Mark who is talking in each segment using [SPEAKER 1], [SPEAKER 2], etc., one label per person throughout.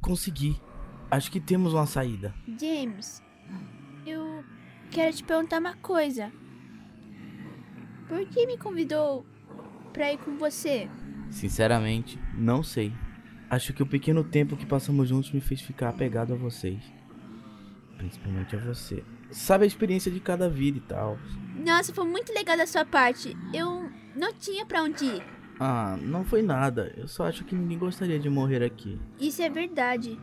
[SPEAKER 1] consegui. Acho que temos uma saída.
[SPEAKER 2] James, eu quero te perguntar uma coisa. Por que me convidou pra ir com você?
[SPEAKER 1] Sinceramente, não sei. Acho que o pequeno tempo que passamos juntos me fez ficar apegado a vocês. Principalmente a você. Sabe a experiência de cada vida e tal.
[SPEAKER 2] Nossa, foi muito legal da sua parte. Eu não tinha pra onde ir.
[SPEAKER 1] Ah, não foi nada. Eu só acho que ninguém gostaria de morrer aqui.
[SPEAKER 2] Isso é verdade.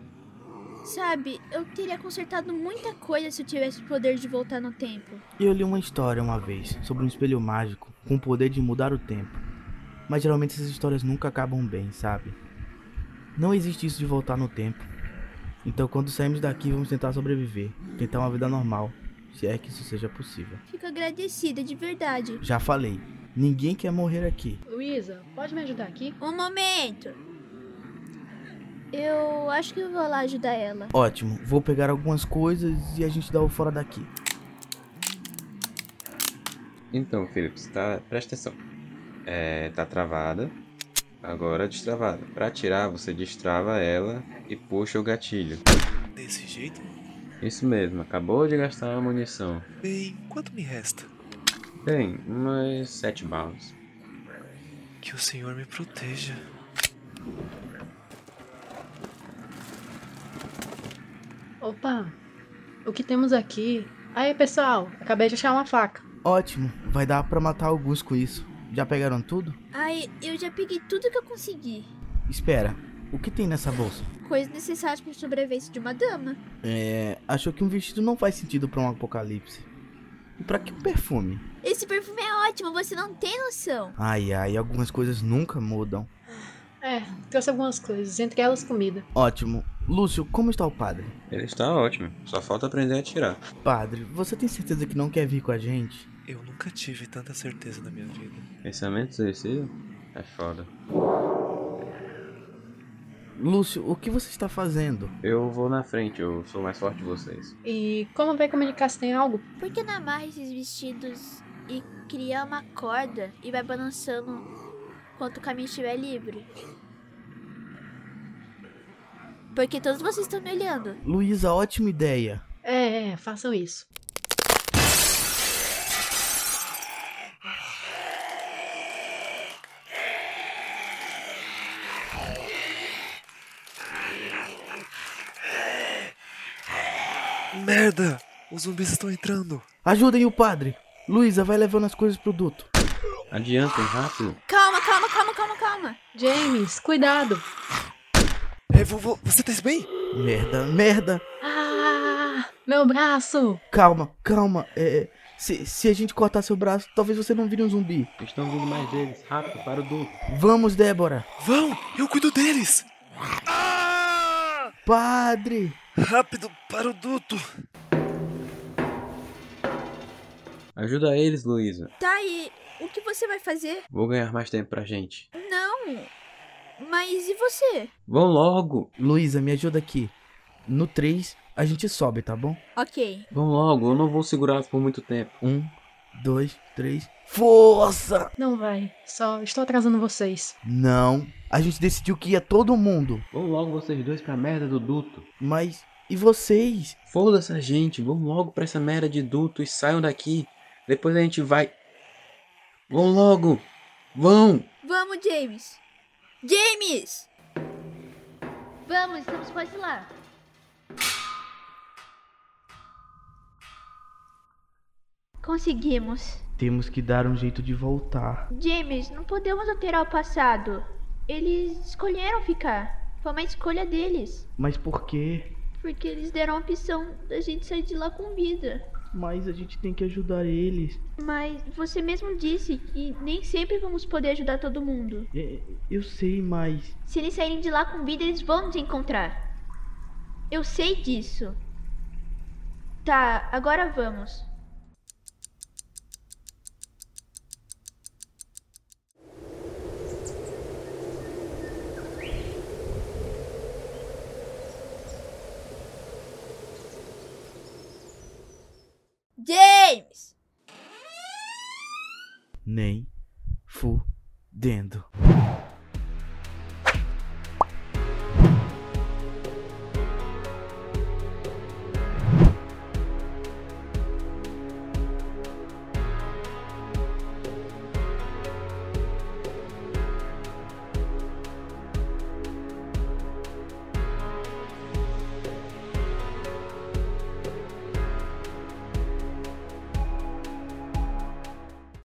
[SPEAKER 2] Sabe, eu teria consertado muita coisa se eu tivesse o poder de voltar no tempo.
[SPEAKER 1] Eu li uma história uma vez sobre um espelho mágico com o poder de mudar o tempo. Mas geralmente essas histórias nunca acabam bem, sabe? Não existe isso de voltar no tempo. Então quando sairmos daqui vamos tentar sobreviver, tentar uma vida normal, se é que isso seja possível.
[SPEAKER 2] Fico agradecida, de verdade.
[SPEAKER 1] Já falei, ninguém quer morrer aqui.
[SPEAKER 3] Luísa, pode me ajudar aqui?
[SPEAKER 2] Um momento! Eu acho que eu vou lá ajudar ela.
[SPEAKER 1] Ótimo, vou pegar algumas coisas e a gente dá o fora daqui.
[SPEAKER 4] Então, Philips, tá, presta atenção. É, tá travada. Agora destravada. Pra tirar, você destrava ela e puxa o gatilho.
[SPEAKER 5] Desse jeito?
[SPEAKER 4] Isso mesmo, acabou de gastar a munição.
[SPEAKER 5] Bem, quanto me resta?
[SPEAKER 4] Bem, umas sete balas.
[SPEAKER 5] Que o senhor me proteja.
[SPEAKER 3] Opa, o que temos aqui? Aí, pessoal, acabei de achar uma faca.
[SPEAKER 1] Ótimo, vai dar pra matar alguns com isso. Já pegaram tudo?
[SPEAKER 2] Ai, eu já peguei tudo que eu consegui.
[SPEAKER 1] Espera, o que tem nessa bolsa?
[SPEAKER 2] Coisas necessárias para sobrevivência de uma dama.
[SPEAKER 1] É, achou que um vestido não faz sentido pra um apocalipse. E pra que um perfume?
[SPEAKER 2] Esse perfume é ótimo, você não tem noção.
[SPEAKER 1] Ai ai, algumas coisas nunca mudam.
[SPEAKER 3] É, trouxe algumas coisas, entre elas comida.
[SPEAKER 1] Ótimo. Lúcio, como está o padre?
[SPEAKER 4] Ele está ótimo, só falta aprender a atirar.
[SPEAKER 1] Padre, você tem certeza que não quer vir com a gente?
[SPEAKER 5] Eu nunca tive tanta certeza na minha vida.
[SPEAKER 4] Pensamento suicida? É foda.
[SPEAKER 1] Lúcio, o que você está fazendo?
[SPEAKER 4] Eu vou na frente, eu sou mais forte que vocês.
[SPEAKER 3] E como vai comunicar se tem algo?
[SPEAKER 2] Por que não amarra esses vestidos e cria uma corda e vai balançando enquanto o caminho estiver livre? Porque todos vocês estão me olhando.
[SPEAKER 1] Luísa, ótima ideia.
[SPEAKER 3] É, é, façam isso.
[SPEAKER 5] Merda! Os zumbis estão entrando.
[SPEAKER 1] Ajudem o padre. Luísa, vai levando as coisas pro duto.
[SPEAKER 4] Adiantem, rápido.
[SPEAKER 2] Calma, calma, calma, calma, calma.
[SPEAKER 3] James, cuidado!
[SPEAKER 5] É, vovô, você tá bem?
[SPEAKER 1] Merda, merda.
[SPEAKER 3] Ah, meu braço!
[SPEAKER 1] Calma, calma. É, é, se, se a gente cortar seu braço, talvez você não vire um zumbi.
[SPEAKER 4] Estão vindo mais deles, rápido, para o duto.
[SPEAKER 1] Vamos, Débora.
[SPEAKER 5] Vão! Eu cuido deles! Ah!
[SPEAKER 1] Padre.
[SPEAKER 5] Rápido para o duto!
[SPEAKER 4] Ajuda eles, Luísa.
[SPEAKER 2] Tá, e o que você vai fazer?
[SPEAKER 4] Vou ganhar mais tempo pra gente.
[SPEAKER 2] Não. Mas e você?
[SPEAKER 4] Vão logo!
[SPEAKER 1] Luísa, me ajuda aqui. No 3, a gente sobe, tá bom?
[SPEAKER 2] Ok.
[SPEAKER 4] Vão logo, eu não vou segurá-los por muito tempo.
[SPEAKER 1] 1, 2, 3. Força!
[SPEAKER 3] Não vai, só estou atrasando vocês.
[SPEAKER 1] Não. A gente decidiu que ia todo mundo.
[SPEAKER 4] Vão logo vocês dois pra merda do duto.
[SPEAKER 1] Mas e vocês?
[SPEAKER 4] Foda-se a gente, vão logo pra essa merda de duto e saiam daqui. Depois a gente vai. Vão logo! Vão!
[SPEAKER 2] Vamos, James. James! Vamos, estamos quase lá. Conseguimos.
[SPEAKER 1] Temos que dar um jeito de voltar.
[SPEAKER 2] James, não podemos alterar o passado. Eles escolheram ficar. Foi uma escolha deles.
[SPEAKER 1] Mas por quê?
[SPEAKER 2] Porque eles deram a opção da gente sair de lá com vida.
[SPEAKER 1] Mas a gente tem que ajudar eles.
[SPEAKER 2] Mas você mesmo disse que nem sempre vamos poder ajudar todo mundo.
[SPEAKER 1] É, Eu sei, mas.
[SPEAKER 2] Se eles saírem de lá com vida, eles vão nos encontrar. Eu sei disso. Tá, agora vamos. James!
[SPEAKER 1] Nem fudendo.